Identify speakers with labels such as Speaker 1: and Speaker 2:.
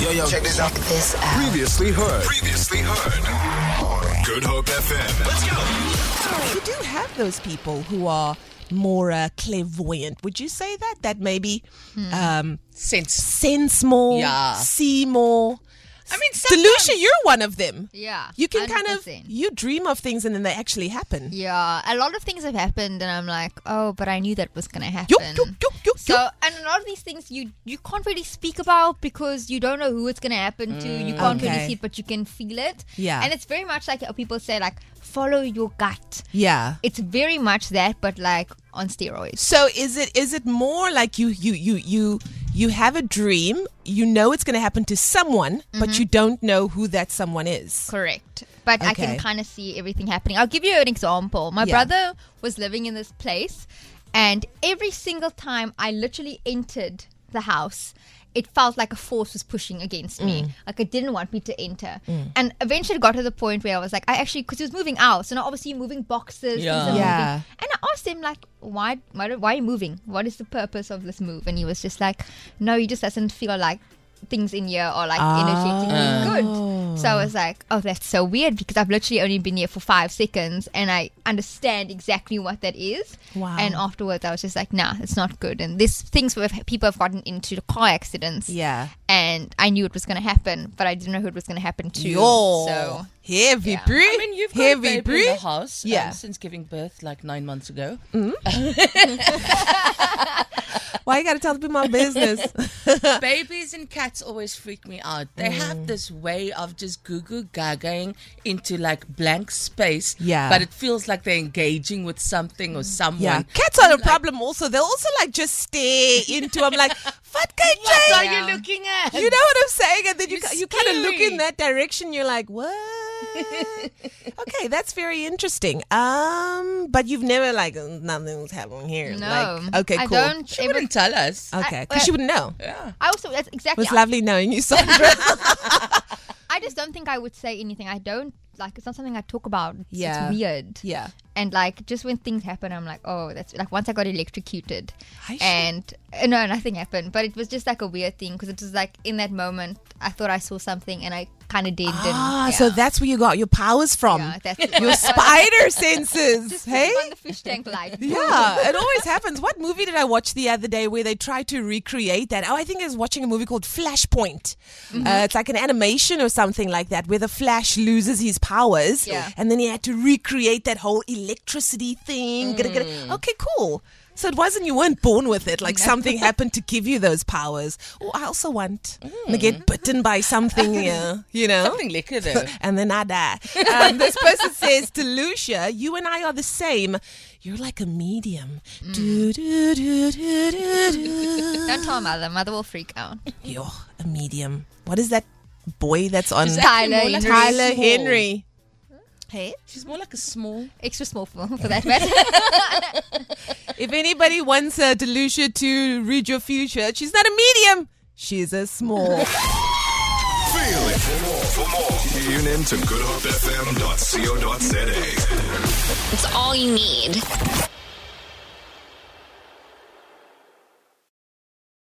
Speaker 1: Yo, yo.
Speaker 2: Check this out.
Speaker 3: This out.
Speaker 1: Previously heard. Previously heard. Good Hope FM. Let's go.
Speaker 4: You do have those people who are more uh, clairvoyant. Would you say that? That maybe um,
Speaker 5: sense.
Speaker 4: sense more,
Speaker 5: Yeah.
Speaker 4: see more.
Speaker 5: I mean,
Speaker 4: Delucia, you're one of them.
Speaker 3: Yeah,
Speaker 4: You can kind of,
Speaker 3: 100%.
Speaker 4: you dream of things and then they actually happen.
Speaker 3: Yeah, a lot of things have happened, and I'm like, oh, but I knew that was gonna happen.
Speaker 4: Yup, yup, yup, yup,
Speaker 3: So,
Speaker 4: yup.
Speaker 3: and a lot of these things you you can't really speak about because you don't know who it's gonna happen to. You can't
Speaker 4: Mm, Okay.
Speaker 3: really see it, but you can feel it.
Speaker 4: Yeah.
Speaker 3: and it's very much like how people say, like, follow your gut.
Speaker 4: Yeah.
Speaker 3: It's very much that, but like on steroids.
Speaker 4: So is it is it more like you you you you you have a dream, you know it's going to happen to someone, but you don't know who that someone is.
Speaker 3: Correct. But I can
Speaker 4: Okay.
Speaker 3: kind of see everything happening. I'll give you an example. My
Speaker 4: Yeah.
Speaker 3: brother was living in this place, and every single time I literally entered the house, it felt like a force was pushing against
Speaker 4: Mm.
Speaker 3: me. Like it didn't want me to enter. And eventually it got to the point where I was like, I actually, because he was moving out. So now obviously you're moving boxes.
Speaker 5: Yeah.
Speaker 3: things are
Speaker 4: Yeah.
Speaker 3: moving. And I asked him, like, why, why, do- why are you moving? What is the purpose of this move? And he was just like, no, he just doesn't feel like things in here are like
Speaker 4: Ah.
Speaker 3: energetically good. So I was like, oh, that's so weird because I've literally only been here for five seconds and I understand exactly what that is.
Speaker 4: Wow.
Speaker 3: And afterwards, I was just like, nah, it's not good. And this things where people have gotten into car accidents.
Speaker 4: Yeah.
Speaker 3: And I knew it was going to happen, but I didn't know who it was going to happen to.
Speaker 4: Yo,
Speaker 3: So
Speaker 4: heavy
Speaker 3: yeah.
Speaker 4: breath.
Speaker 5: I mean, you've got a
Speaker 4: heavy
Speaker 5: baby in the
Speaker 4: breath.
Speaker 5: house um,
Speaker 4: Yeah.
Speaker 5: since giving birth like nine months ago.
Speaker 4: Why you got to tell the people my business?
Speaker 5: Babies and cats always freak me out. They
Speaker 4: Mm.
Speaker 5: have this way of just goo goo gagaing into like blank space.
Speaker 4: Yeah.
Speaker 5: But it feels like they're engaging with something or someone.
Speaker 4: Yeah, cats are a problem. Also, they'll also like just stare into. I'm like, what can
Speaker 5: What are
Speaker 4: change?
Speaker 5: you looking at?
Speaker 4: You know what I'm saying? And then you
Speaker 5: You're
Speaker 4: you kind of look
Speaker 5: scary.
Speaker 4: in that direction. You're like, what? okay, that's very interesting. Um, but you've never like nothing's happening here.
Speaker 3: No.
Speaker 4: Like, okay,
Speaker 3: I
Speaker 4: cool.
Speaker 3: don't
Speaker 5: she
Speaker 3: ever-
Speaker 5: wouldn't tell us.
Speaker 4: Okay,
Speaker 3: I-
Speaker 4: because she wouldn't know. It
Speaker 5: yeah.
Speaker 3: I also that's exactly.
Speaker 4: was lovely knowing you, Sandra.
Speaker 3: I just don't think I would say anything. I don't like. It's not something I talk about. It's,
Speaker 4: Yeah.
Speaker 3: it's weird.
Speaker 4: yeah.
Speaker 3: and like just when things happen i'm like oh that's like once i got electrocuted
Speaker 4: I should-
Speaker 3: and uh, no nothing happened but it was just like a weird thing because it was like in that moment i thought i saw something and i kind of did didn't
Speaker 4: Ah,
Speaker 3: yeah.
Speaker 4: so that's where you got your powers from.
Speaker 3: yeah, that's
Speaker 4: Your spider senses.
Speaker 3: just
Speaker 4: hey.
Speaker 3: on the fish tank light
Speaker 4: Yeah, it always happens. What movie did I watch the other day where they try to recreate that? Oh, I think I was watching a movie called Flashpoint. Uh, it's like an animation or something like that where the Flash loses his powers
Speaker 3: Yeah.
Speaker 4: and then he had to recreate that whole electricity thing. Gada, gada. Okay, cool. So it wasn't you weren't born with it. Like something happened to give you those powers. Oh, I also want to get bitten by something, yeah, you know?
Speaker 5: Something liquor though.
Speaker 4: and then I die. Um, this person says to Lucia, you and I are the same. You're like a medium.
Speaker 5: Mm.
Speaker 4: Do, do, do, do, do, do.
Speaker 3: don't tell mother mother will freak out
Speaker 4: You're a medium. What is that boy that's on?
Speaker 5: She's
Speaker 3: Tyler
Speaker 5: actually more like a
Speaker 4: Tyler
Speaker 5: small.
Speaker 4: Henry.
Speaker 3: hey
Speaker 5: She's more like a small.
Speaker 3: extra small for, for that matter
Speaker 4: If anybody wants uh, Delucia to read your future, she's not a medium. She's a small.
Speaker 1: Feel it. For more, for more, tune in to goodhopefm.co.za.
Speaker 6: It's all you need.